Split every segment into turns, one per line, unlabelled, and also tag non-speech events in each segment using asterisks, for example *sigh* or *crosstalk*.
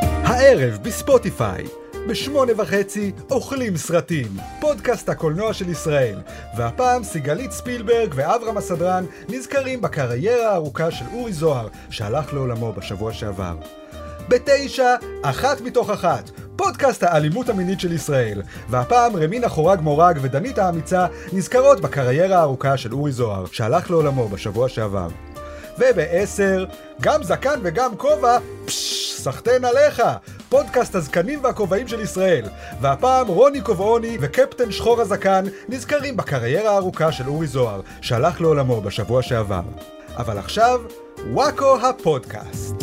הערב בספוטיפיי. בשמונה וחצי אוכלים סרטים, פודקאסט הקולנוע של ישראל. והפעם סיגלית ספילברג ואברהם הסדרן נזכרים בקריירה הארוכה של אורי זוהר, שהלך לעולמו בשבוע שעבר. בתשע, אחת מתוך אחת, פודקאסט האלימות המינית של ישראל. והפעם רמינה חורג מורג ודנית האמיצה נזכרות בקריירה הארוכה של אורי זוהר, שהלך לעולמו בשבוע שעבר. ובעשר, גם זקן וגם כובע, פששש, סחטיין עליך! פודקאסט הזקנים והכובעים של ישראל. והפעם רוני קובעוני וקפטן שחור הזקן נזכרים בקריירה הארוכה של אורי זוהר, שהלך לעולמו בשבוע שעבר. אבל עכשיו, וואקו הפודקאסט.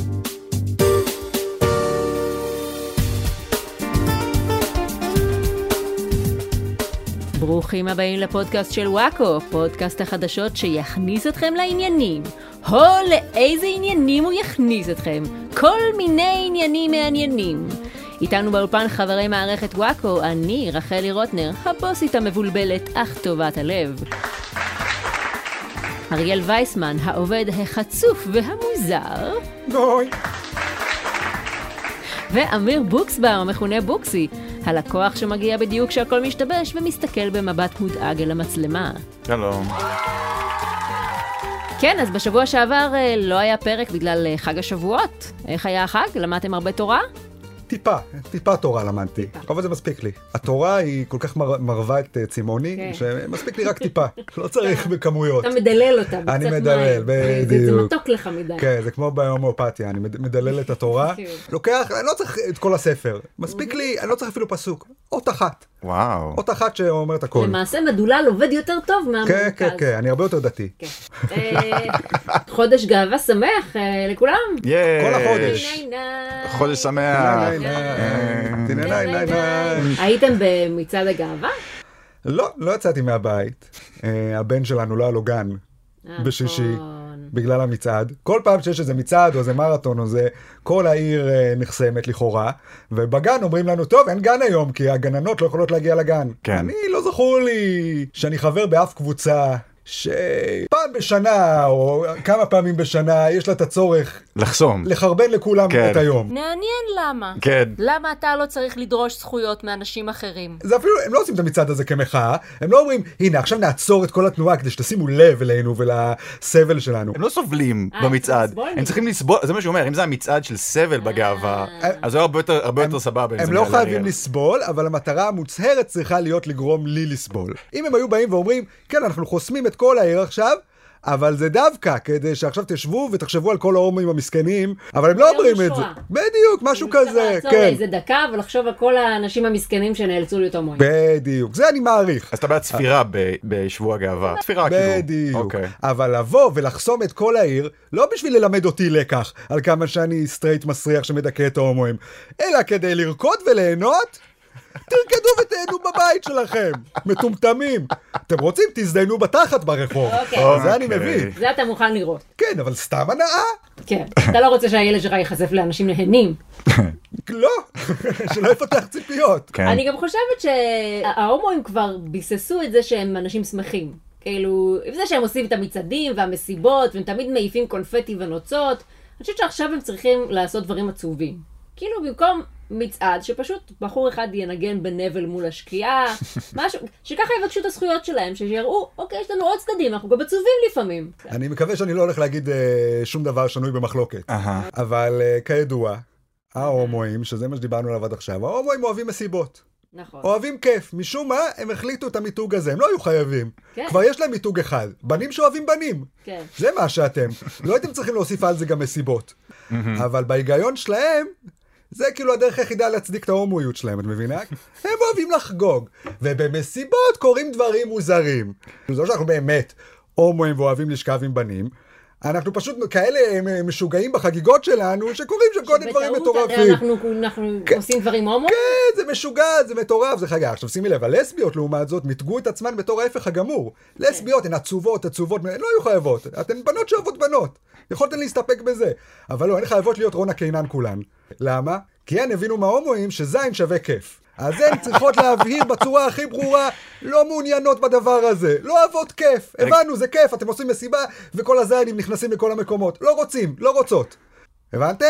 ברוכים הבאים לפודקאסט של וואקו, פודקאסט החדשות שיכניס אתכם לעניינים. הו, לאיזה עניינים הוא יכניס אתכם? כל מיני עניינים מעניינים. איתנו באולפן חברי מערכת וואקו, אני רחלי רוטנר, הבוסית המבולבלת אך טובת הלב. אריאל וייסמן, העובד החצוף והמוזר.
נוי.
ואמיר בוקסבאום, המכונה בוקסי, הלקוח שמגיע בדיוק כשהכל משתבש ומסתכל במבט מודאג אל המצלמה.
שלום.
כן, אז בשבוע שעבר אה, לא היה פרק בגלל אה, חג השבועות. איך היה החג? למדתם הרבה תורה?
טיפה, טיפה תורה למדתי, אבל זה מספיק לי. התורה היא כל כך מר, מרווה את אה, צימוני,
כן.
שמספיק לי רק טיפה, לא צריך בכמויות.
אתה מדלל אותה בקצת
אני
מים.
מדלל,
זה- זה
בדיוק.
מתוק לך מדי.
כן, זה כמו בהומואפתיה, אני מד- מדלל את
*laughs*
התורה,
כן.
לוקח, אני לא צריך את כל הספר, מספיק לי, אני לא צריך אפילו פסוק, אות אחת,
וואו.
אות אחת שאומרת הכל.
למעשה מדולל עובד יותר טוב מהמרכז.
נכון. כן, כן, כן, אני הרבה יותר דתי.
כן. אה, חודש גאווה שמח אה, לכולם.
ייי.
כל החודש.
ניי, ניי.
חודש שמח.
ניי, ניי,
אה,
ניי, ניי,
אה,
ניי,
אה,
ניי, ניי.
הייתם במצעד הגאווה?
לא, לא יצאתי מהבית. אה, הבן שלנו לא היה לו גן בשישי,
אה, נכון.
בגלל המצעד. כל פעם שיש איזה מצעד או איזה מרתון או זה, כל העיר אה, נחסמת לכאורה, ובגן אומרים לנו, טוב, אין גן היום, כי הגננות לא יכולות להגיע לגן.
כן.
אני, לא זכור לי שאני חבר באף קבוצה. שפעם בשנה, או כמה פעמים בשנה, יש לה את הצורך
לחסום.
לחרבן לכולם
כן.
את היום.
מעניין למה.
כן.
למה אתה לא צריך לדרוש זכויות מאנשים אחרים?
זה אפילו, הם לא עושים את המצעד הזה כמחאה, הם לא אומרים, הנה עכשיו נעצור את כל התנועה כדי שתשימו לב אלינו ולסבל שלנו.
הם לא סובלים
אה,
במצעד.
לסבול
הם
מזה.
צריכים לסבול, זה מה שהוא אומר, אם זה המצעד של סבל בגאווה, אז זה הרבה יותר- הרבה יותר סבבה. אם
אה. הם
זה
לא
מעל
חייבים
אריאל.
לסבול, אבל המטרה המוצהרת צריכה להיות לגרום לי לסבול. אם הם היו באים ואומרים, כן, אנחנו חוסמים את כל העיר עכשיו, אבל זה דווקא כדי שעכשיו תשבו ותחשבו על כל ההומואים המסכנים, אבל הם לא
יום
אומרים את זה.
השואה.
בדיוק, משהו כזה,
צריך לעצור
כן.
לאיזה דקה ולחשוב על כל האנשים המסכנים שנאלצו להיות הומואים.
בדיוק, זה אני מעריך.
אז אתה בעד ספירה ב- בשבוע הגאווה. ספירה כאילו.
אה. בדיוק.
אוקיי.
אבל לבוא ולחסום את כל העיר, לא בשביל ללמד אותי לקח על כמה שאני סטרייט מסריח שמדכא את ההומואים, אלא כדי לרקוד וליהנות, תרקדו ותהנו בבית שלכם, מטומטמים. אתם רוצים, תזדיינו בתחת ברחוב.
אוקיי.
זה אני
אוקיי.
מבין.
זה אתה מוכן לראות.
כן, אבל סתם הנאה?
כן. אתה לא רוצה שהילד שלך ייחשף לאנשים נהנים.
לא, שלא יפתח ציפיות.
כן.
אני גם חושבת שההומואים כבר ביססו את זה שהם אנשים שמחים. כאילו, עם זה שהם עושים את המצעדים והמסיבות, והם תמיד מעיפים קונפטי ונוצות, אני חושבת שעכשיו הם צריכים לעשות דברים עצובים. כאילו, במקום מצעד, שפשוט בחור אחד ינגן בנבל מול
*laughs*
השקיעה, משהו, שככה יבקשו את הזכויות שלהם, שיראו, אוקיי, יש לנו עוד צדדים, אנחנו גם עצובים לפעמים.
אני מקווה שאני לא הולך להגיד אה, שום דבר שנוי במחלוקת.
אהה.
אבל אה, כידוע, ההומואים, שזה מה שדיברנו עליו עד עכשיו, ההומואים אוהבים מסיבות.
נכון.
אוהבים כיף, משום מה הם החליטו את המיתוג הזה, הם לא היו חייבים.
כן.
כבר יש להם מיתוג אחד, בנים שאוהבים בנים.
כן.
זה
*laughs*
מה שאתם. לא הייתם צריכים להוסיף על זה גם מסיבות. אבל בהיגיון שלהם, זה כאילו הדרך היחידה להצדיק את ההומואיות שלהם, את
*laughs*
מבינה? הם אוהבים לחגוג, ובמסיבות קורים דברים מוזרים. זה לא שאנחנו באמת הומואים ואוהבים לשכב עם בנים. אנחנו פשוט כאלה אה, משוגעים בחגיגות שלנו, שקורים שם כל מיני דברים
שבטעות
מטורפים.
אנחנו- אנחנו עושים דברים הומואים.
כן, זה משוגע, זה מטורף, זה חגיגה. עכשיו שימי לב, הלסביות לעומת זאת מיתגו את עצמן בתור ההפך הגמור. לסביות הן עצובות, עצובות, לא היו חייבות. אתן בנות שאוהבות בנות. יכולתן להסתפק בזה. אבל לא, הן חייבות להיות רונה קינן כולן. למה? כי הן הבינו מההומואים שזין שווה כיף. אז הן צריכות להבהיר בצורה הכי ברורה, לא מעוניינות בדבר הזה, לא אוהבות כיף. הבנו, זה כיף, אתם עושים מסיבה, וכל הזיינים נכנסים לכל המקומות. לא רוצים, לא רוצות. הבנתם?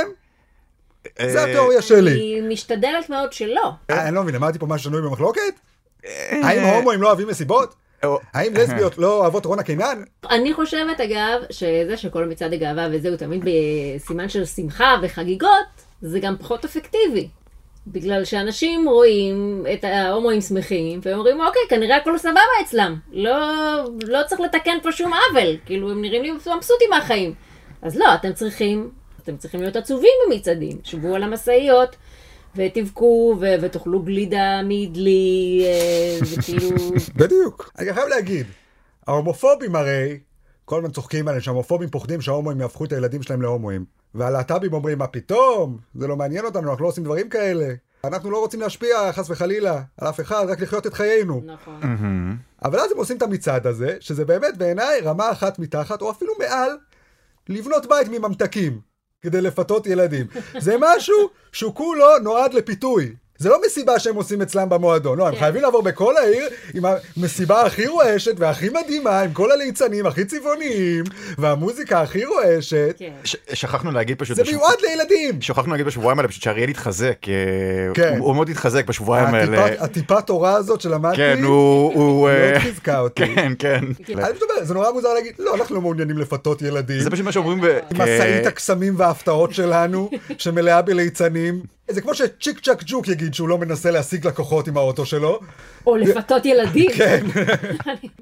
אה,
זה התיאוריה שלי.
אני משתדלת מאוד שלא.
אה, אני לא מבין, אמרתי פה משהו שנוי במחלוקת? האם ההומואים לא אוהבים מסיבות? האם לסביות לא אוהבות רונה קינן?
אני חושבת, אגב, שזה שכל מצעד הגאווה וזה הוא תמיד בסימן של שמחה וחגיגות, זה גם פחות אפקטיבי. בגלל שאנשים רואים את ההומואים שמחים, והם אומרים, אוקיי, כנראה הכל סבבה אצלם. לא, לא צריך לתקן פה שום עוול. כאילו, הם נראים לי מבסוטים מהחיים. אז לא, אתם צריכים, אתם צריכים להיות עצובים במצעדים. שבו על המשאיות, ותבכו, ו- ותאכלו גלידה מדלי, אה, וכאילו...
בדיוק. אני גם חייב להגיד, ההומופובים הרי, כל הזמן צוחקים עליהם שההומופובים פוחדים שההומואים יהפכו את הילדים שלהם להומואים. והלהט"בים אומרים, מה פתאום? זה לא מעניין אותנו, אנחנו לא עושים דברים כאלה. אנחנו לא רוצים להשפיע, חס וחלילה, על אף אחד, רק לחיות את חיינו.
נכון.
אבל אז הם עושים את המצעד הזה, שזה באמת בעיניי רמה אחת מתחת, או אפילו מעל, לבנות בית מממתקים, כדי לפתות ילדים. זה משהו שהוא כולו נועד לפיתוי. זה לא מסיבה שהם עושים אצלם במועדון, לא, הם חייבים לעבור בכל העיר עם המסיבה הכי רועשת והכי מדהימה, עם כל הליצנים הכי צבעוניים, והמוזיקה הכי רועשת.
כן.
ש- שכחנו להגיד פשוט,
זה
בשב-
מיועד לילדים!
שכחנו להגיד בשבועיים האלה פשוט שאריאל התחזק, אה,
כן.
הוא הוא מאוד התחזק בשבועיים
הטיפת-
האלה.
הטיפת תורה הזאת שלמדתי,
כן, הוא...
*laughs*
הוא,
מאוד
אה,
חיזקה אותי.
כן, כן.
אני פשוט אומר, זה נורא מוזר להגיד, לא, אנחנו לא מעוניינים לפתות ילדים.
זה פשוט מה שאומרים ב... אה,
עם משאית הקסמים וההפתעות שלנו, שמלאה בליצנים. זה כמו שצ'יק צ'אק ג'וק יגיד שהוא לא מנסה להשיג לקוחות עם האוטו שלו.
או לפתות ילדים.
כן,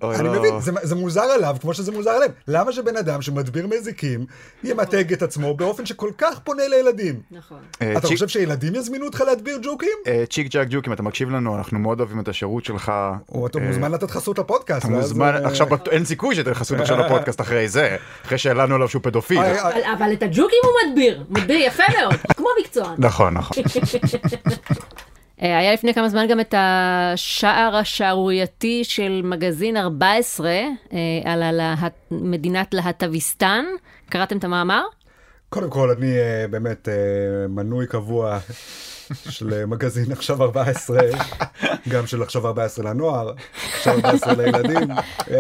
אוי,
אני
לא.
מבין, זה- זה מוזר עליו כמו שזה מוזר עליהם. למה שבן אדם שמדביר מזיקים ימתג את עצמו באופן שכל כך פונה לילדים?
נכון.
אה,
אתה
צ'יק-
חושב שילדים יזמינו אותך להדביר ג'וקים?
אה, צ'יק ג'אק ג'וק, אם אתה מקשיב לנו, אנחנו מאוד אוהבים את השירות שלך.
או אתה
אה,
מוזמן לתת חסות לפודקאסט.
אתה
ואז,
מוזמן,
אה,
עכשיו בטוח- אין סיכוי שתהיה חסות עכשיו לפודקאסט אחרי זה, אחרי שהעלנו עליו שהוא פדופיל.
אה, אה,
אבל, אבל את הג'וקים הוא מדביר, מדביר יפה מאוד, *laughs* כמו מקצוען.
לא.
נכון, נכון.
אה, היה לפני כמה זמן גם את השער השערורייתי של מגזין 14 אה, על הלהט, מדינת להט"ביסטן. קראתם את המאמר?
קודם כל, אני אה, באמת אה, מנוי קבוע של אה, מגזין עכשיו 14, גם של עכשיו 14 לנוער, עכשיו 14 לילדים. אה,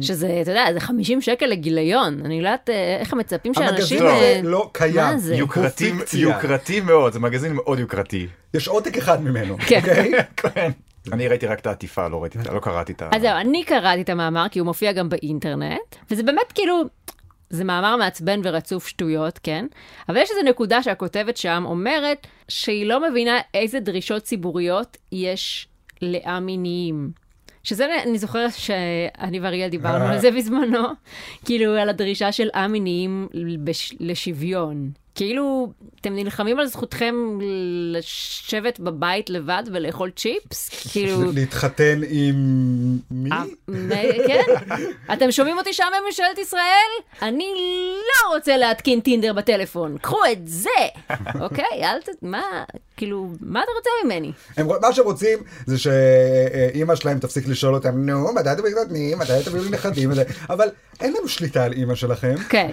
שזה, אתה יודע, זה 50 שקל לגיליון. אני לא יודעת אה, איך הם מצפים שאנשים...
המגזין הזה
אה,
לא קיים.
מה זה?
הוא
יוקרתי-
פיקציה.
יוקרתי מאוד, זה מגזין מאוד יוקרתי.
יש עותק אחד ממנו,
כן.
אוקיי?
כן. אני ראיתי רק את העטיפה, לא ראיתי את ה- לא קראתי את ה...
אז זהו, אני קראתי את המאמר, כי הוא מופיע גם באינטרנט, וזה באמת כאילו, זה מאמר מעצבן ורצוף שטויות, כן? אבל יש איזו נקודה שהכותבת שם אומרת שהיא לא מבינה איזה דרישות ציבוריות יש לעם מיניים. שזה, אני זוכרת שאני ואריאל דיברנו על זה בזמנו, כאילו על הדרישה של עם מיניים בש- לשוויון. כאילו, אתם נלחמים על זכותכם לשבת בבית לבד ולאכול צ'יפס? כאילו...
להתחתן עם מי?
אה, כן? אתם שומעים אותי שם בממשלת ישראל? אני לא רוצה להתקין טינדר בטלפון, קחו את זה! אוקיי, אל ת... מה, כאילו, מה אתה רוצה ממני?
הם- מה שהם רוצים זה שאימא שלהם תפסיק לשאול אותם, נו, מתי אתם מתחתנים? מתי אתם מביאים נכדים? וזה." אבל אין לנו שליטה על אימא שלכם.
כן,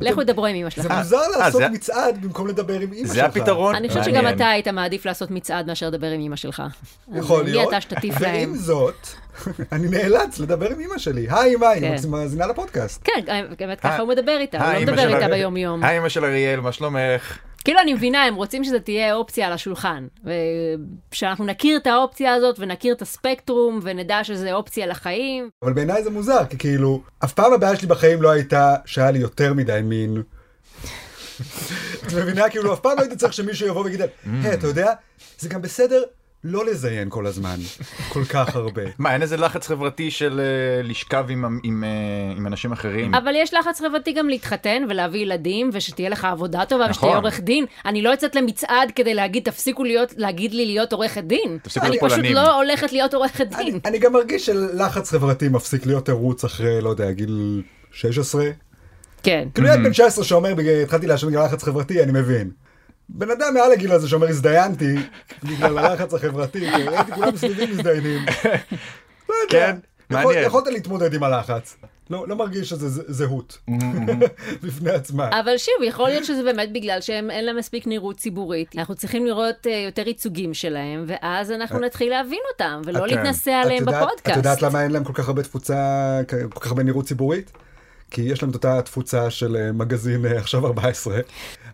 לכו דברו עם אמא
זה
שלכם.
מוזר
אה,
לעשות
זה-
מצעד במקום לדבר עם אימא שלך.
זה הפתרון.
אני חושבת שגם
מעניין.
אתה היית מעדיף לעשות מצעד מאשר לדבר עם אמא שלך. אז
יכול להיות.
מי אתה שתטיף להם?
ועם זאת, *laughs* אני נאלץ לדבר עם אמא שלי. היי, מה,
כן.
היא מאזינה לפודקאסט.
כן, באמת ככה
היי,
הוא מדבר איתה, הוא
היי,
לא
אה, אמא אה,
מדבר
של
איתה
אריאל.
ביום-יום.
היי, אמא של אריאל, מה שלומך?
כאילו, אני מבינה, הם רוצים שזה תהיה אופציה על השולחן. ושאנחנו נכיר את האופציה הזאת, ונכיר את הספקטרום, ונדע שזה אופציה לחיים.
אבל בעיניי זה מוזר, כי כאילו, אף פעם הבעיה שלי בחיים לא הייתה שהיה לי יותר מדי מין. *laughs* את מבינה? כאילו, אף פעם לא הייתי צריך שמישהו יבוא ויגיד, היי, אתה יודע, זה גם בסדר לא לזיין כל הזמן, כל כך
*laughs*
הרבה.
מה, אין איזה לחץ חברתי של אה, לשכב עם עם- עם, אה, עם אנשים אחרים?
אבל יש לחץ חברתי גם להתחתן ולהביא ילדים, ושתהיה לך עבודה טובה, ושתהיה
נכון.
עורך דין. אני לא יוצאת למצעד כדי להגיד, תפסיקו להיות, להגיד לי להיות עורכת דין.
תפסיקו
אני
להיות
פשוט
פולנים.
לא הולכת להיות עורכת
אני-
דין.
אני גם מרגיש שלחץ חברתי מפסיק להיות תירוץ אחרי, לא יודע, גיל 16.
כן.
כאילו ילד בן 19 שאומר, "בגלל- התחלתי לעשן בגלל לחץ חברתי, אני מבין. בן אדם מעל הגיל הזה שאומר, הזדיינתי בגלל הלחץ החברתי, כי ראיתי כולם סביבי מזדיינים. לא יודע.
כן,
יכול-
מעניין.
יכולת להתמודד עם הלחץ. לא לא מרגיש שזה ז- זהות *laughs* בפני עצמה.
אבל שוב, יכול להיות שזה באמת בגלל שהם אין להם מספיק נראות ציבורית. אנחנו צריכים לראות אה, יותר ייצוגים שלהם, ואז אנחנו
אה.
נתחיל להבין אותם, ולא
אתם-
להתנסה
את
לא עליהם
יודעת- את
בפודקאסט.
יודעת למה אין להם כל כך הרבה תפוצה, כל כך הרבה נראות ציבורית? כי יש להם את אותה תפוצה של אה, מגזין אה, עכשיו 14.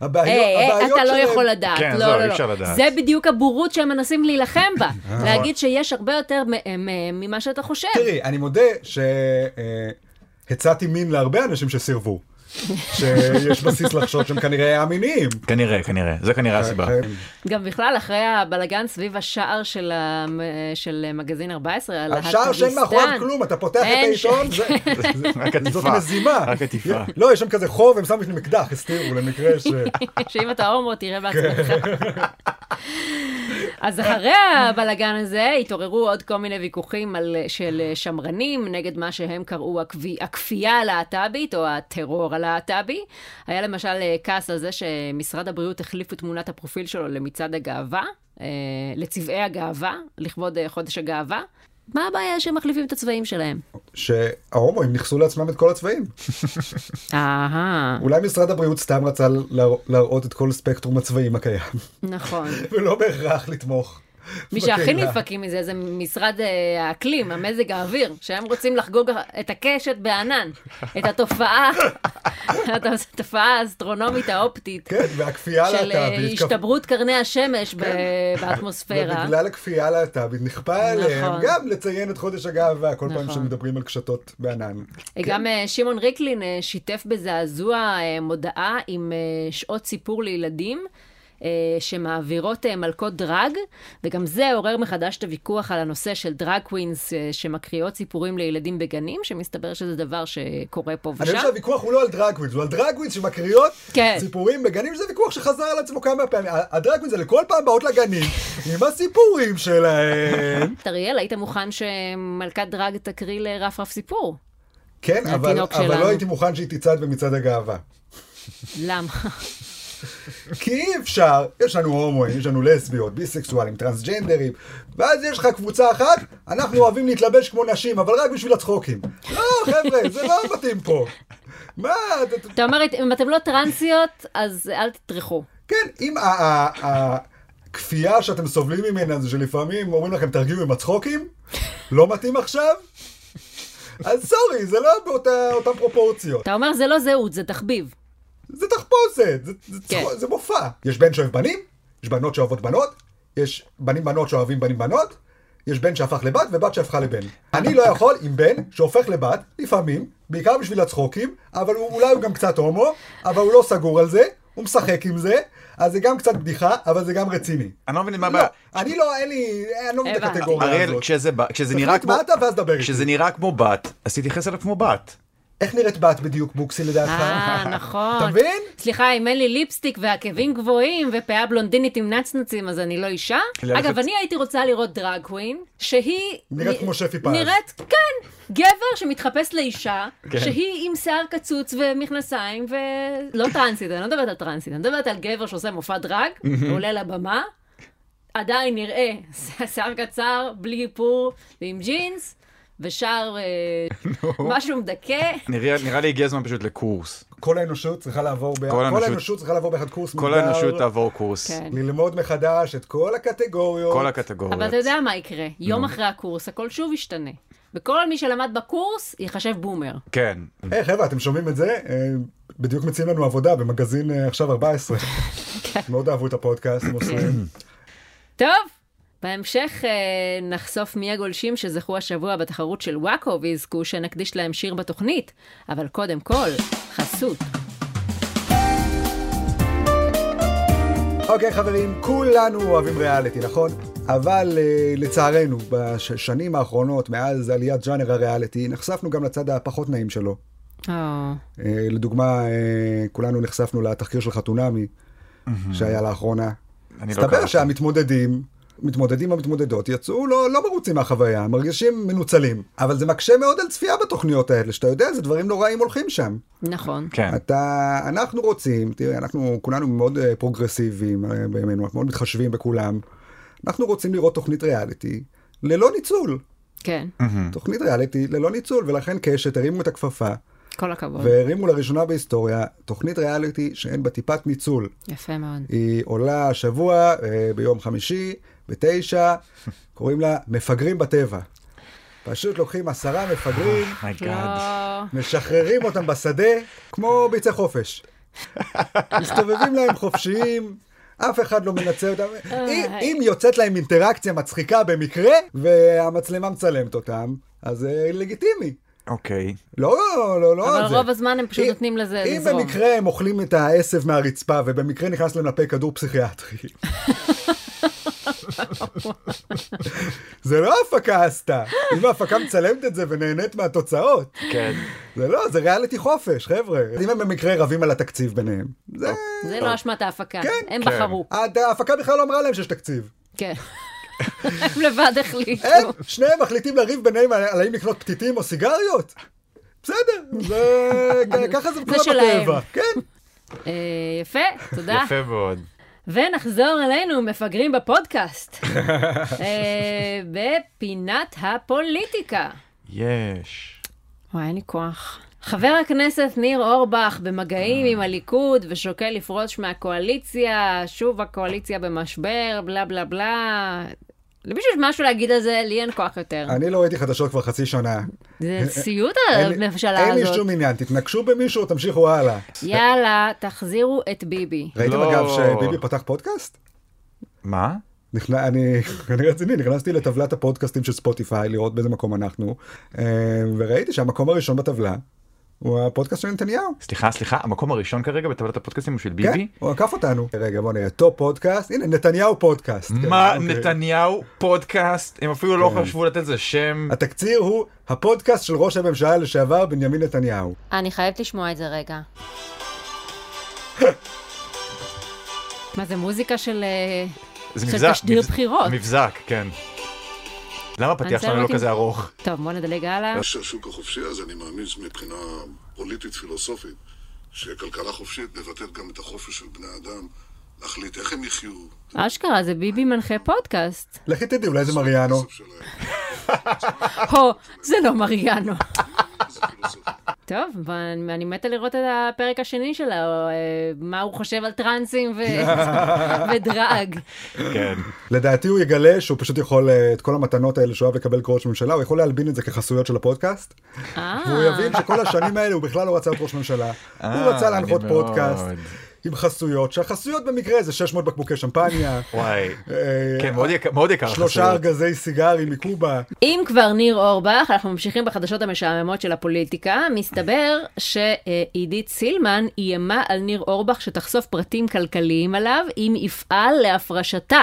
הבעיות,
היי, היי,
הבעיות
אתה לא
שלהם-
יכול לדעת.
כן,
לא,
זהו,
לא,
אי
לא.
אפשר לדעת.
זה בדיוק הבורות שהם מנסים להילחם בה.
נכון.
להגיד שיש הרבה יותר מהם, אה, ממה שאתה חושב.
תראי, אני מודה שהצעתי מין להרבה אנשים שסירבו. שיש בסיס לחשוד שהם כנראה המיניים.
כנראה, כנראה, זה
אה,
כנראה הסיבה.
גם בכלל, אחרי הבלגן סביב השער של ה- של מגזין 14, על
השער שאין מאחוריו
הכריסטן.
כלום, אתה פותח את
אין
העיתון,
*laughs*
זה-
רק
זאת
עטיפה.
מזימה.
רק עטיפה.
לא, יש שם כזה חוב, הם שמו שם אקדח, הסתירו למקרה ש...
*laughs*
*laughs* שאם אתה הומו, תראה בעצמך. אז אחרי הבלגן הזה התעוררו עוד כל מיני ויכוחים על, של שמרנים נגד מה שהם קראו הכבי, הכפייה הלהט"בית או הטרור הלהט"בי. היה למשל אה, כעס על זה שמשרד הבריאות החליף את תמונת הפרופיל שלו למצעד הגאווה, אה, לצבעי הגאווה, לכבוד אה, חודש הגאווה. מה הבעיה שהם מחליפים את הצבעים שלהם?
שההומואים נכסו לעצמם את כל הצבעים.
אהה,
אולי משרד הבריאות סתם רצה להר- להראות את כל ספקטרום הצבעים הקיים, *laughs*
נכון.
ולא בהכרח לתמוך.
מי שהכי
בקהילה.
נדפקים מזה זה משרד אה, האקלים, המזג האוויר, שהם רוצים לחגוג את הקשת בענן, את
*laughs*
התופעה, את התופעה האסטרונומית האופטית
כן, והכפייה
של אה,
הלהט"בית. כפ- כן.
השתברות קרני השמש ב- באטמוספירה.
ובגלל הכפייה הלהט"בית נכפה עליהם
נכון.
גם לציין את חודש הגאווה כל פעם
נכון.
שמדברים על קשתות בענן.
גם אה, שמעון ריקלין אה, שיתף בזעזוע אה, מודעה עם אה, שעות סיפור לילדים. אה, שמעבירות אה, מלכות דרג, וגם זה עורר מחדש את הוויכוח על הנושא של דרג קווינס אה, שמקריאות סיפורים לילדים בגנים, שמסתבר שזה דבר שקורה פה
אני חושב
ושם.
שהוויכוח הוא לא על דרגווינס, הוא על דרגווינס שמקריאות
כן.
סיפורים בגנים, שזה ויכוח שחזר על עצמו כמה פעמים. הדרגווינס האלה כל פעם באות לגנים עם הסיפורים
*laughs*
שלהם.
אריאל, היית מוכן שמלכת דרג תקריא לרפרף סיפור?
כן, אבל
התינוק
אבל
שלנו.
לא הייתי מוכן שהיא תצעד במצעד הגאווה.
למה? *laughs*
כי אי אפשר, יש לנו הומואים, יש לנו לסביות, ביסקסואלים, טרנסג'נדרים, ואז יש לך קבוצה אחת, אנחנו אוהבים להתלבש כמו נשים, אבל רק בשביל הצחוקים. לא, חבר'ה, זה לא מתאים פה. מה, אתה- אתה-
אתה אומר, אם אתם לא טרנסיות, אז אל תטרחו.
כן, אם ה- ה- ה- הכפייה שאתם סובלים ממנה זה שלפעמים אומרים לכם תרגיעו עם הצחוקים, לא מתאים עכשיו, אז סורי, זה לא באותן פרופורציות.
אתה אומר, זה לא זהות, זה תחביב.
זה תחפושת, זה, זה,
כן.
צחוק, זה מופע. יש בן שאוהב בנים, יש בנות שאוהבות בנות, יש בנים בנות שאוהבים בנים בנות, יש בן שהפך לבת ובת שהפכה לבן. אני לא יכול עם בן שהופך לבת, לפעמים, בעיקר בשביל הצחוקים, אבל הוא, אולי הוא גם קצת הומו, אבל הוא לא סגור על זה, הוא משחק עם זה, אז זה גם קצת בדיחה, אבל זה גם רציני.
אני לא מבין מה
לא,
הבעיה.
אני לא, אין לי, אני לא מבין את
הבנתי.
הקטגוריה
אריאל,
הזאת.
כשזה בא- כשזה
תחליט
נראה כמו...
מה אתה ואז דבר איתי.
כשזה נראה כמו בת, אז תתייחס אליו כמו בת.
איך נראית בת בדיוק, בוקסי לדעתך? *laughs*
אה, נכון.
אתה מבין?
סליחה, אם אין לי ליפסטיק ועקבים גבוהים ופאה בלונדינית עם נצנצים, אז אני לא אישה?
לאן
אגב,
את-
אני הייתי רוצה לראות דרג קווין, שהיא...
נראית
נ-
כמו שפי פז.
נראית, כן, גבר שמתחפש לאישה,
כן.
שהיא עם שיער קצוץ ומכנסיים, ולא טרנסית, אני לא מדברת על טרנסית, אני מדברת על גבר שעושה מופע דרג, עולה לבמה, עדיין נראה *laughs* שיער קצר, בלי איפור, ועם ג'ינס, ושר
*laughs*
אה, משהו מדכא.
נראה נראה לי הגיע הזמן פשוט לקורס.
כל האנושות צריכה לעבור ב- כל
האנושות-
האנושות צריכה לעבור באחד קורס
כל
מוגדר.
האנושות תעבור קורס.
כן.
ללמוד מחדש את כל הקטגוריות.
כל הקטגוריות.
אבל אתה יודע מה יקרה, יום אחרי הקורס הכל שוב ישתנה. וכל מי שלמד בקורס ייחשב בומר.
כן.
היי חבר'ה, אתם שומעים את זה? אה, בדיוק מציעים לנו עבודה במגזין אה, עכשיו 14. מאוד אהבו את הפודקאסט, מוסרים.
טוב, בהמשך אה, נחשוף מי הגולשים שזכו השבוע בתחרות של וואקו ויזכו שנקדיש להם שיר בתוכנית. אבל קודם כל, חסות.
אוקיי חברים, כולנו אוהבים ריאליטי, נכון? אבל אה, לצערנו, בשנים האחרונות, מאז עליית ג'אנר הריאליטי, נחשפנו גם לצד הפחות נעים שלו. אה, לדוגמה, אה, כולנו נחשפנו לתחקיר של חתונמי, שהיה לאחרונה.
אני לא
מסתבר
קראתי.
שהמתמודדים, מתמודדים והמתמודדות יצאו לא, לא מרוצים מהחוויה, מרגישים מנוצלים. אבל זה מקשה מאוד על צפייה בתוכניות האלה, שאתה יודע, זה דברים נוראים הולכים שם.
נכון.
כן.
אתה, אנחנו רוצים, תראה, אנחנו כולנו מאוד אה, פרוגרסיביים אה, בימינו, אנחנו מאוד מתחשבים בכולם. אנחנו רוצים לראות תוכנית ריאליטי ללא ניצול.
כן,
תוכנית ריאליטי ללא ניצול, ולכן קשת הרימו את הכפפה,
כל הכבוד.
והרימו לראשונה בהיסטוריה תוכנית ריאליטי שאין בה טיפת ניצול.
יפה מאוד.
היא עולה
*laughs*
השבוע אה, ביום חמישי, בתשע, קוראים לה מפגרים בטבע. פשוט לוקחים עשרה מפגרים,
מייגאד.
לא.
משחררים אותם בשדה, כמו ביצי
*laughs*
חופש. מסתובבים להם חופשיים, אף אחד לא מנצל אותם. אם- אם יוצאת להם אינטראקציה מצחיקה במקרה, והמצלמה מצלמת אותם, אז זה לגיטימי.
אוקיי.
לא, לא, לא, לא.
אבל
על זה.
רוב הזמן הם פשוט
אם-
נותנים לזה
אם
לזרום.
במקרה הם אוכלים את העשב מהרצפה, ובמקרה נכנס להם לפה כדור פסיכיאטרי. זה לא ההפקה עשתה. אם ההפקה מצלמת את זה ונהנית מהתוצאות.
כן.
זה לא, זה ריאליטי חופש, חבר'ה. אם הם במקרה רבים על התקציב ביניהם. זה...
זה לא אשמת ההפקה,
כן,
הם
כן.
בחרו.
עד- ההפקה בכלל לא אמרה להם שיש תקציב.
כן. *laughs* הם לבד החליטו.
הם, שניהם מחליטים לריב ביניהם על על האם לקנות פתיתים או סיגריות. בסדר, זה...
*laughs*
כ- ככה זה בכל
שלהם.
בטבע. כן.
אה, יפה, תודה.
יפה מאוד.
ונחזור אלינו, מפגרים בפודקאסט. אה, בפינת הפוליטיקה.
יש.
וואי, אין לי כוח. חבר הכנסת ניר אורבך במגעים עם הליכוד ושוקל לפרוש מהקואליציה, שוב הקואליציה במשבר, בלה בלה בלה. למישהו יש משהו להגיד על זה? לי אין כוח יותר.
אני לא ראיתי חדשות כבר חצי שנה.
זה סיוט
אין לי-
הממשלה
אין לי
הזאת.
שום עניין, תתנגשו במישהו, תמשיכו הלאה.
יאללה, תחזירו את ביבי.
ראיתם
לא.
אגב שביבי פתח פודקאסט?
מה?
נכנ- אני אני רציני, נכנסתי לטבלת הפודקאסטים של ספוטיפיי, לראות באיזה מקום אנחנו, אה, וראיתי שהמקום הראשון בטבלה הוא הפודקאסט של נתניהו.
סליחה, סליחה, המקום הראשון כרגע בטבלת הפודקאסטים הוא של
כן,
ביבי?
הוא עקף אותנו. רגע, בוא נראה, טופ פודקאסט, הנה, נתניהו פודקאסט. כן,
מה,
אוקיי. כן.
נתניהו פודקאסט? הם אפילו לא חשבו לתת לזה שם.
התקציר הוא הפודקאסט של ראש הממשלה לשעבר בנימין נתניהו.
אני חייבת לשמוע את זה רגע.
מה זה מוזיקה של... אה,
זה
של תשדיר
מבז-
בחירות.
מבזק, כן. למה הפתיח שלנו לא
אנצלמוטים.
כזה ארוך?
טוב, בוא נדלג הלאה.
של השוק החופשי הזה, אני מאמין שמבחינה פוליטית פילוסופית, שכלכלה חופשית מבטאת גם את החופש של בני האדם להחליט איך הם יחיו,
אשכרה, זה ביבי מנחה פודקאסט.
לכי תדעי, אולי זה מריאנו.
הכסף שלהם,
הו, זה לא מריאנו. *laughs*
איזה פילוסופיה.
טוב, אבל אני אני מתה לראות את הפרק השני שלו, אה, מה הוא חושב על טרנסים ו- ודרג.
כן.
לדעתי הוא יגלה שהוא פשוט יכול אה, את כל המתנות האלה שהוא אוהב לקבל כראש ממשלה, הוא יכול להלבין את זה כחסויות של הפודקאסט,
אה,
והוא יבין שכל השנים האלה הוא בכלל לא רצה להיות ראש ממשלה. הוא רצה
אה, אני
להנחות
מאוד.
פודקאסט עם חסויות, שהחסויות במקרה זה 600 בקבוקי שמפניה,
וואי.
אה,
כן, מאוד יקר- מאוד יקר.
שלושה
החסויות.
ארגזי סיגרים מקובה.
אם כבר ניר אורבך, אנחנו ממשיכים בחדשות המשעממות של הפוליטיקה. מסתבר שעידית סילמן איימה על ניר אורבך שתחשוף פרטים כלכליים עליו אם יפעל להפרשתה.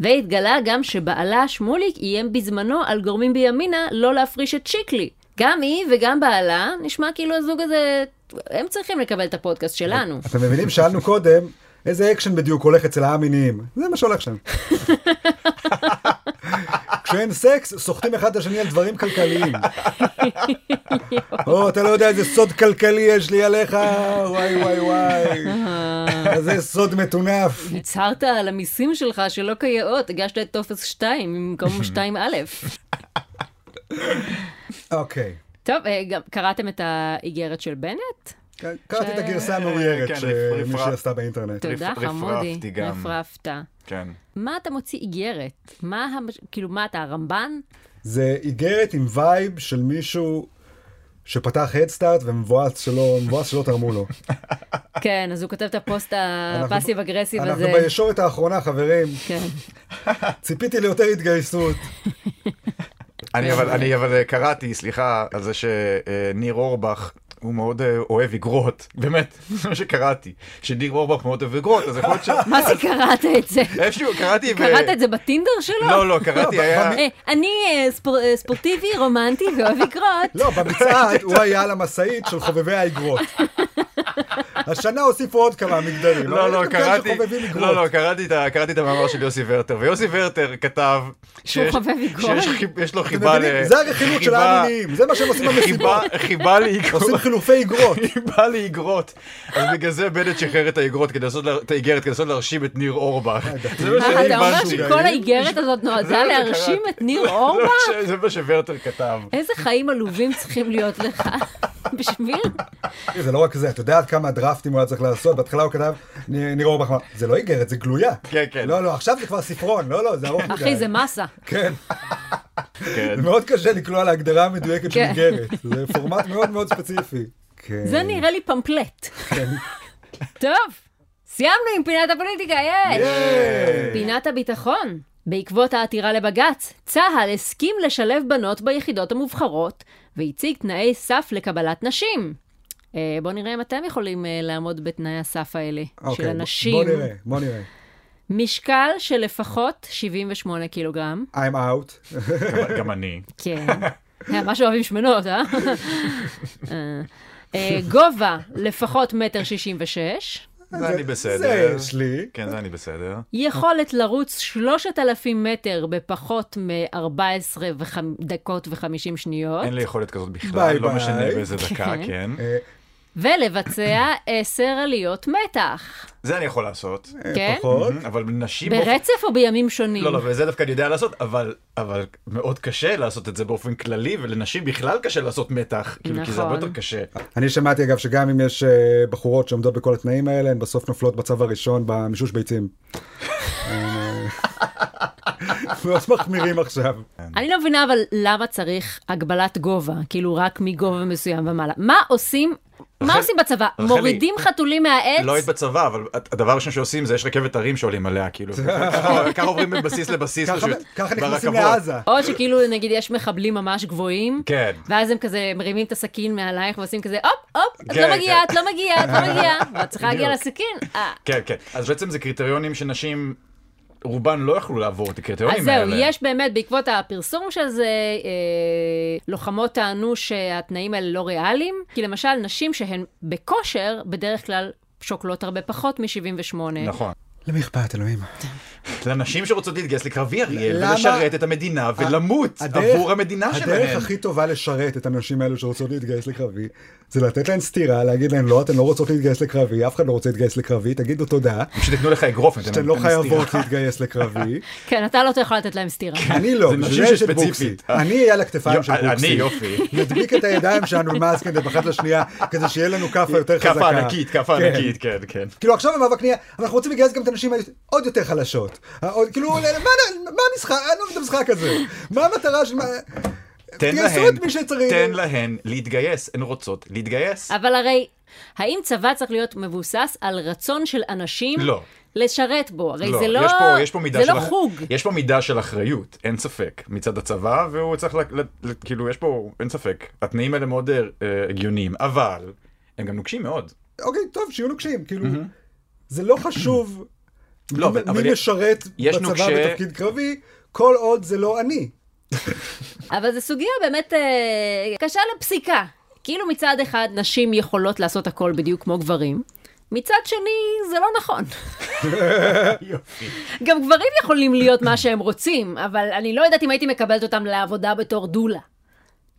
והתגלה גם שבעלה שמוליק איים בזמנו על גורמים בימינה לא להפריש את שיקלי. גם היא וגם בעלה, נשמע כאילו הזוג הזה, הם צריכים לקבל את הפודקאסט שלנו.
אתם מבינים? שאלנו קודם, איזה אקשן בדיוק הולך אצל המיניים? זה מה שהולך
*laughs*
שם. כשאין סקס, סוחטים אחד את השני על דברים כלכליים. או, אתה לא יודע איזה סוד כלכלי יש לי עליך, וואי וואי
*laughs*
וואי. איזה סוד מטונף.
הצהרת על המיסים שלך שלא כיאות, הגשת את טופס 2 במקום 2א.
אוקיי.
טוב, אה, גם קראתם את האיגרת של בנט?
קראתי את הגרסה המאוירת
כן, רפ-
שמישהי
רפרף.
עשתה באינטרנט.
תודה,
רפרפתי
חמודי.
גם.
רפרפת.
כן.
מה אתה מוציא איגרת? מה, המש- כאילו, מה אתה,
*laughs*
הרמב"ן?
זה איגרת עם וייב של מישהו שפתח הדסטארט ומבואס שלא מבואס שלא תרמו
*laughs*
לו.
כן, אז הוא כותב את הפוסט
אנחנו-
הפאסיב אגרסיב
אנחנו
אה,
הזה.
בישורת האחרונה, חברים.
כן.
*laughs*
ציפיתי ליותר התגייסות.
אני אבל, אני אבל אה, קראתי, סליחה, על זה שניר אורבך... הוא מאוד אה, אוהב אגרות, *laughs* באמת, זה מה שקראתי, שניר אורבך מאוד אוהב אגרות, אז יכול להיות ש...
*laughs* מה זה קראת את זה?
איפשהו קראתי... ו-
קראת את זה בטינדר שלו?
אה, לא, לא, קראתי, היה...
אה, אני אה, ספור- אה, ספורטיבי, רומנטי ואוהב
*laughs*
אגרות.
לא, במצעד הוא היה על המשאית של חובבי האגרות. השנה הוסיפו עוד כמה מגדרים.
לא,
אבל
לא,
יש גם כאלה
קראתי,
שחובבים אגרות.
לא, לא, קראתי את ה- קראתי את המאמר של יוסי ורטר, ויוסי ורטר כתב... שיש-
חובב אגרות?
שיש חיב- יש לו
אתם
חיבה
מבינים?
ל...
זה הרכילות של
חיבה-
העניים, זה מה שהם עושים
*laughs*
במסיבות.
חיבה- חיבה לאגרות. *laughs*
עושים חילופי אגרות.
חיבה לאגרות. אז בגלל זה בנט שחרר את האגרות, כדי לעשות לה- את האיגרת, כדי לנסות להרשים את ניר אורבך. זה מה
אה, אתה אומר
שהבנתי.
שכל האיגרת הזאת
לא,
נועדה
זה מה
להרשים
שקראתי. לא,
את ניר
זה- זה מה
אורבך?
ש- זה מה שוורטר
*laughs*
כתב.
איזה חיים עלובים צריכים להיות לך *laughs* בשביל...
זה לא רק זה, אתה יודע עד כמה דרפטים הוא היה צריך לעשות? בהתחלה הוא כתב, נ- ניר אורבך אמר, זה לא איגרת, זה גלויה.
כן, כן.
לא, לא, עכשיו זה כבר ספרון, לא, לא, זה ארוך מדי.
אחי, זה מסה.
כן.
כן.
זה מאוד קשה לקלוע להגדרה המדויקת של
כן.
איגרת. זה פורמט מאוד מאוד ספציפי. כן.
זה נראה לי פמפלט. טוב, סיימנו עם פינת הפוליטיקה, יש! פינת הביטחון. בעקבות העתירה לבג"ץ, צה"ל הסכים לשלב בנות ביחידות המובחרות, והציג תנאי סף לקבלת נשים. אה, בואו נראה אם אתם יכולים אה, לעמוד בתנאי הסף האלה,
אוקיי,
של
ב-
הנשים.
בוא נראה, בוא נראה.
משקל של לפחות 78 קילוגרם.
I'm out.
גם- גם אני.
כן. אה, מה שאוהבים
*laughs*
שמנות, אה? אה, אה, גובה, לפחות מטר שישים ושש.
זה אני בסדר.
אה, זה יש לי.
כן, זה אני בסדר.
אוקיי. יכולת לרוץ 3,000 מטר בפחות מ-14 דקות ו-50 שניות,
אין לי יכולת כזאת בכלל,
ביי
לא
ביי.
משנה באיזה דקה,
כן.
כן.
אה,
*coughs*
ולבצע 10 עליות מתח.
זה אני יכול לעשות.
אה,
כן?
פחות.
אבל נשים... באופן-
ברצף או בימים שונים?
לא, לא, וזה דווקא אני יודע לעשות, אבל, אבל מאוד קשה לעשות את זה באופן כללי, ולנשים בכלל קשה לעשות מתח, כאילו, כי זה הרבה
נכון.
יותר קשה.
אני שמעתי אגב שגם אם יש אה, בחורות שעומדות בכל התנאים האלה, הן בסוף נופלות בצו הראשון במישוש
*laughs*
ביצים. אה, *laughs* מאוד מחמירים עכשיו.
כן.
אני לא מבינה אבל למה צריך הגבלת גובה, כאילו רק מגובה מסוים ומעלה. מה עושים, מה
רחל-
עושים בצבא?
רחלי. אה,
מורידים חתולים מהעץ?
לא היית בצבא, אבל הדבר הראשון שעושים זה יש רכבת הרים שעולים עליה, כאילו. ככה- ככה עוברים מבסיס לבסיס
ככה-
פשוט.
ככה נכנסים
ברכבות.
לעזה.
או שכאילו נגיד יש מחבלים ממש גבוהים,
כן.
ואז הם כזה מרימים את הסכין מעלייך ועושים כזה, הופ, הופ, את
כן,
לא מגיעה,
כן.
את לא מגיעה, את לא
*laughs*
מגיעה, ואת צריכה להגיע
בדיוק.
לסכין. אה.
כן, כן. אז בעצם זה קריטריונים שנשים, רובן לא יכלו לעבור את
אז
הקריטריונים האלה.
זהו, יש באמת, בעקבות הפרסום של זה, אה, לוחמות טענו שהתנאים האלה לא ריאליים, כי למשל נשים שהן בכושר, בדרך כלל שוקלות הרבה פחות מ-78.
נכון.
למי אכפת, אלוהים?
לנשים שרוצות להתגייס לקרבי אריאל,
למה-
ולשרת את המדינה, ולמות
הדרך-
עבור המדינה
הדרך
שלהן.
הכי טובה לשרת את הנשים האלו שרוצות להתגייס לקרבי, זה לתת להן סטירה, להגיד להן לא, אתן לא רוצות להתגייס לקרבי, אף אחד לא רוצה להתגייס לקרבי, תגידו תודה,
שתתנו לך אגרוף,
שאתן לא חייבות להתגייס
*laughs*
לקרבי.
כן, אתה לא יכול לתת להם סטירה.
אני לא,
זה
בשביל
נשים
זה יש את
שספציפית.
בוקסי. אני אהיה על הכתפיים של
יו-
בוקסי.
אני, יופי.
נדביק את הידיים שלנו במאסקנדב אחת לשנייה, כדי שיהיה לנו כאפה יותר חזקה.
כאפה ענקית, כאפה
כן.
ענקית, כן, כן.
כאילו עכשיו במאבק נהיה, אנחנו רוצים לגייס גם את הנשים האלה עוד יותר חלשות. עוד-
*laughs*
כאילו, מה מה המשחק, אני לא מבין את המשחק הזה. מה המטרה של... מה-
תן
תגייסו
להן,
את מי שצריך.
תן להן להתגייס, הן רוצות להתגייס.
אבל הרי, האם צבא צריך להיות מבוסס על רצון של אנשים
לא.
לשרת בו? הרי זה לא,
יש פה, יש פה מידה
זה
של...
לא
אח-
חוג.
יש פה מידה של אחריות, אין ספק, מצד הצבא, והוא צריך, ל- ל- ל- כאילו, יש פה, אין ספק. התנאים האלה מאוד אה, אה, הגיוניים, אבל הם גם נוקשים מאוד.
אוקיי, טוב, שיהיו נוקשים, כאילו, זה לא חשוב
*clears throat* לא, אבל-
מי-
אבל
מי
יש-
משרת
יש
בצבא
נוקשה-
בתפקיד קרבי, כל עוד זה לא אני.
אבל זו סוגיה באמת אה, קשה לפסיקה. כאילו מצד אחד נשים יכולות לעשות הכל בדיוק כמו גברים, מצד שני זה לא נכון.
*laughs* יופי.
גם גברים יכולים להיות מה שהם רוצים, אבל אני לא יודעת אם הייתי מקבלת אותם לעבודה בתור דולה.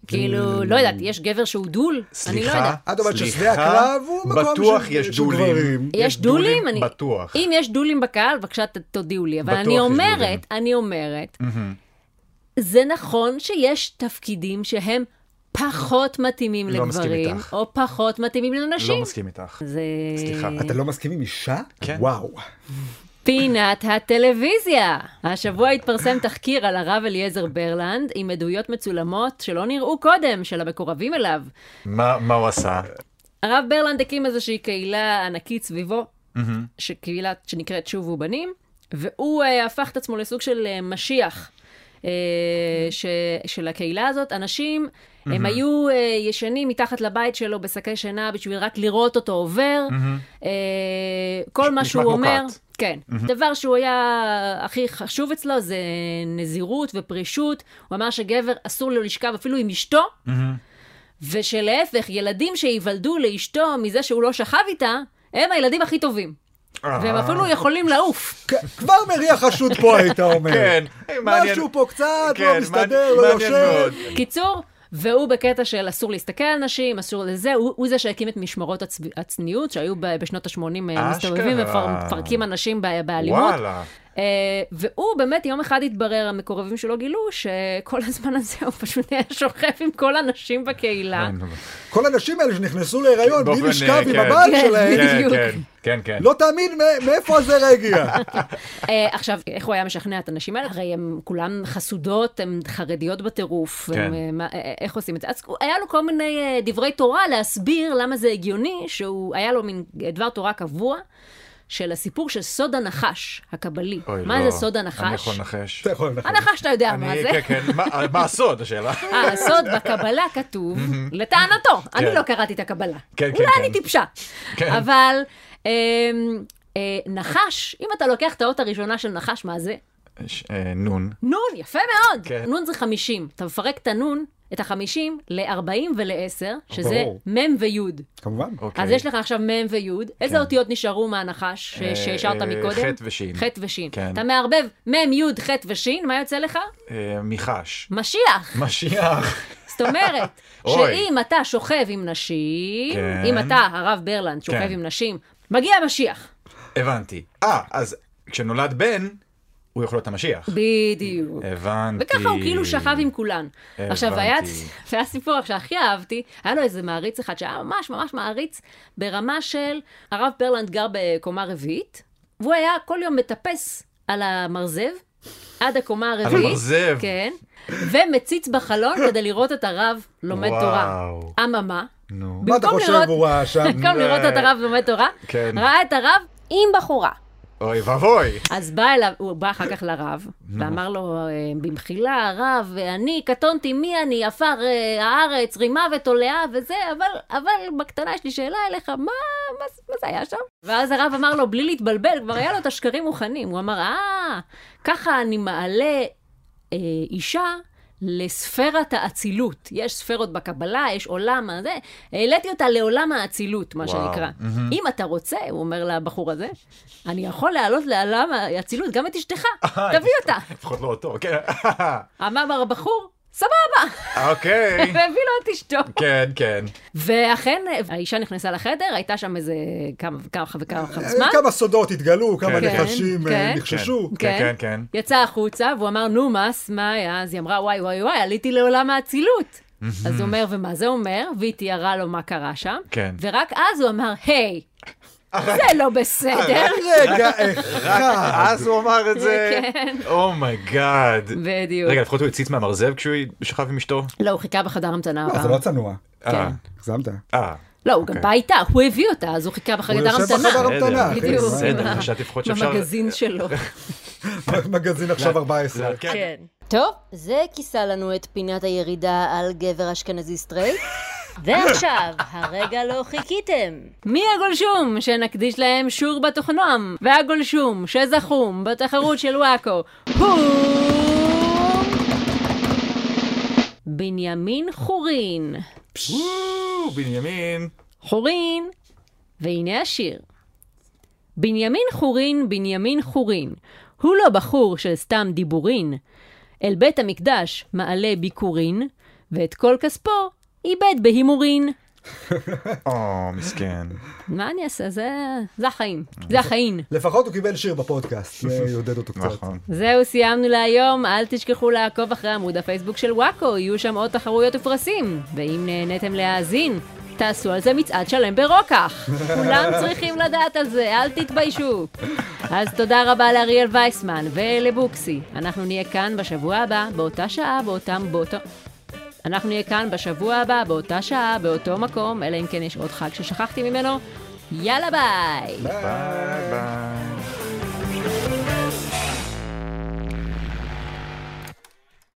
כאילו, לא יודעת, יש גבר שהוא דול? אני לא
סליחה,
יודעת.
את אומרת ששדה
סליחה,
הקרב הוא מקום
בטוח
של-
יש
של
דולים.
גברים.
יש דולים? אני-
בטוח.
אם יש דולים בקהל, בבקשה ת- תודיעו לי. אבל
בטוח
אני
יש
אומרת,
דולים.
אני אומרת, זה נכון שיש תפקידים שהם פחות מתאימים
לא מסכים
לגברים,
איתך.
או פחות מתאימים
לא
לנשים.
מסכים איתך.
זה
סליחה.
אתה לא מסכים עם אישה?
כן.
וואו.
פינת הטלוויזיה. השבוע התפרסם תחקיר על הרב אליעזר ברלנד עם עדויות מצולמות שלא נראו קודם, של המקורבים אליו.
מה מה הוא עשה?
הרב ברלנד הקים איזושהי קהילה ענקית סביבו, שקהילה שנקראת שובו בנים, והוא אה, הפך את עצמו לסוג של אה, משיח
אוקיי.
אה, ש, של הקהילה הזאת. אנשים, הם היו אה, ישנים מתחת לבית שלו בשקי שינה בשביל רק לראות אותו עובר. אה, כל מה
נשמע
שהוא
כמו
אומר...
כת.
כן. דבר שהוא היה הכי חשוב אצלו זה נזירות ופרישות. הוא אמר שגבר אסור לו לשכב אפילו עם אשתו. ושלהפך, ילדים שייוולדו לאשתו מזה שהוא לא שכב איתה, הם הילדים הכי טובים.
אה.
והם אפילו יכולים לעוף.
כ- כבר מריח חשוד פה,
*laughs*
היית אומר.
כן, מעניין.
אה, משהו פה קצת,
כן,
לא מסתדר,
מעניין-
לא
מעניין
יושב.
מאוד.
קיצור, והוא בקטע של אסור להסתכל על נשים, אסור לזה, הוא, הוא זה שהקים את משמרות הצב... הצניעות, שהיו ב- בשנות אה, ה-80
אשכרה.
מסתובבים ומפרקים אנשים ב- באלימות.
וואלה.
אה, והוא באמת, יום אחד התברר, המקורבים שלו גילו שכל הזמן הזה הוא פשוט היה שוכב עם כל הנשים בקהילה.
כן, אבל-
כל הנשים האלה שנכנסו להיריון בלי
באופן,
לשכב
אה,
עם
כן.
הבעל
כן,
שלהם,
בדיוק.
כן, כן, כן.
לא תאמין מא- מאיפה הזרע הגיע.
אה, עכשיו, איך הוא היה משכנע את הנשים האלה? הרי הן כולן חסודות, הן חרדיות בטירוף.
כן.
הן, אה, מה- אה, איך עושים את זה? אז הוא- היה לו כל מיני אה, דברי תורה להסביר למה זה הגיוני, שהוא, היה לו מין דבר תורה קבוע. של הסיפור של סוד הנחש הקבלי.
אוי,
מה
לא.
זה סוד
אני
הנחש?
יכול
*laughs*
לנחש.
אתה יכול לנחש.
הנחש אתה יודע אה, מה
אני-
זה.
כן, כן, מה- מה הסוד השאלה?
אה, הסוד בקבלה
*laughs*
כתוב, לטענתו, אני
כן.
לא קראתי את הקבלה.
כן, כן,
אולי אני
כן.
טיפשה.
כן.
אבל אמ, אה, נחש, אם אתה לוקח את האות הראשונה של נחש, מה זה?
ש- אה, נון.
נון, יפה מאוד.
כן.
נון זה 50. אתה מפרק את הנון, את ה-50, ל-40 ול-10, שזה
ברור.
מ' וי'.
כמובן.
אוקיי. כן.
אז יש לך עכשיו מ' וי', איזה אותיות נשארו מהנחש ש-
אה,
שהשארת
אה,
מקודם?
ח' ושין.
ח' ושין.
כן.
אתה מערבב מ', י', ח' ושין, מה יוצא לך?
אה, מיחש.
משיח.
משיח.
זאת אומרת,
*laughs* אוי.
שאם אתה שוכב עם נשים,
כן.
אם אתה, הרב ברלנד, שוכב
כן.
עם נשים, מגיע המשיח.
הבנתי. אה, אז כשנולד בן, הוא יכול להיות המשיח.
בדיוק.
הבנתי.
וככה הוא כאילו שכב עם כולן.
הבנתי.
עכשיו, היה, היה סיפור שהכי אהבתי, היה לו איזה מעריץ אחד שהיה ממש ממש מעריץ ברמה של הרב ברלנד גר בקומה רביעית, והוא היה כל יום מטפס על המרזב. עד הקומה הרביעית,
המרזב.
כן, ומציץ בחלון כדי לראות את הרב לומד
וואו.
תורה. אממה,
נו.
מה אתה
במקום
חושב
לראות-
הוא ראה שם?
*laughs* במקום לראות את הרב לומד תורה,
כן.
ראה את הרב
עם בחורה.
אוי ואבוי.
אז בא אליו, הוא בא אחר כך לרב, ואמר לו, אה, במחילה, הרב, אני קטונתי, מי אני, עפר אה, הארץ, רימה ותולעה וזה, אבל, אבל בקטנה יש לי שאלה אליך, מה, מה, זה- מה זה היה שם? ואז הרב אמר לו, בלי להתבלבל, כבר היה לו את השקרים מוכנים. הוא אמר, אה, ככה אני מעלה אה, אישה. לספירת האצילות. יש ספירות בקבלה, יש עולם, הזה. העליתי אותה לעולם האצילות, מה
וואו.
שנקרא. אם אתה רוצה, הוא אומר לבחור הזה, אני יכול להעלות לעולם האצילות גם את אשתך, תביא אותה.
לפחות לא אותו, כן. *laughs*
אמר הבחור, סבבה,
אוקיי.
והביא לו את אשתו.
כן, כן.
ואכן, האישה נכנסה לחדר, הייתה שם איזה כמה וכמה וכמה זמן.
כמה סודות התגלו, כמה
כן, כן,
נחשים אה,
כן.
נחששו.
כן, כן, כן.
יצא החוצה, והוא אמר, נו, מה, מה היה? אז היא אמרה, וואי, וואי, וואי, עליתי לעולם האצילות. אז הוא אומר, ומה זה אומר? והיא תיארה לו מה קרה שם.
כן.
ורק אז הוא אמר,
*laughs*
היי, זה לא בסדר.
רגע אחד.
אז הוא אמר את זה.
כן.
אומייגאד.
בדיוק.
רגע, לפחות הוא הציץ מהמרזב כשהוא שכב עם אשתו?
לא, הוא חיכה בחדר המתנה
אה, זה
הפעם.
לא צנוע.
כן.
אה,
הגזמת.
אה.
לא, הוא גם בא איתה, הוא הביא אותה, אז הוא חיכה
הוא
בחדר
יושב בחדר
המתנה.
המתנה. אוקיי, אחי,
בדיוק.
מה?
בסדר,
מה- *laughs*
חשבתי לפחות שאפשר-
במגזין שלו.
*laughs* מגזין *laughs* עכשיו 14.
כן.
טוב, זה כיסה לנו את פינת הירידה על גבר אשכנזי סטרייט. ועכשיו, הרגע לא חיכיתם.
מי הגולשום שנקדיש להם שור בתוכנם? והגולשום שזכום בתחרות של וואקו הוא... בנימין חורין.
וואו, אה, בנימין.
חורין, והנה השיר. בנימין חורין, בנימין חורין, הוא לא בחור של סתם דיבורין. אל בית המקדש מעלה ביכורין, ואת כל כספו איבד בהימורין.
או, אה, מסכן.
מה אני אעשה? זה, זה החיים. זה החיים.
לפחות הוא קיבל שיר בפודקאסט, זה יעודד אותו קצת.
*laughs* נכון.
זהו, סיימנו להיום. אל תשכחו לעקוב אחרי עמוד הפייסבוק של וואקו, יהיו שם עוד תחרויות ופרסים. ואם נהניתם להאזין, תעשו על זה מצעד שלם ברוקח. כולם צריכים לדעת על זה, אל תתביישו. אז תודה רבה לאריאל וייסמן ולבוקסי. אנחנו נהיה כאן בשבוע הבא, באותה שעה, באותם... באותו... אנחנו נהיה כאן בשבוע הבא, באותה שעה, באותו מקום, אלא אם כן יש עוד חג ששכחתי ממנו. יאללה ביי!
ביי ביי.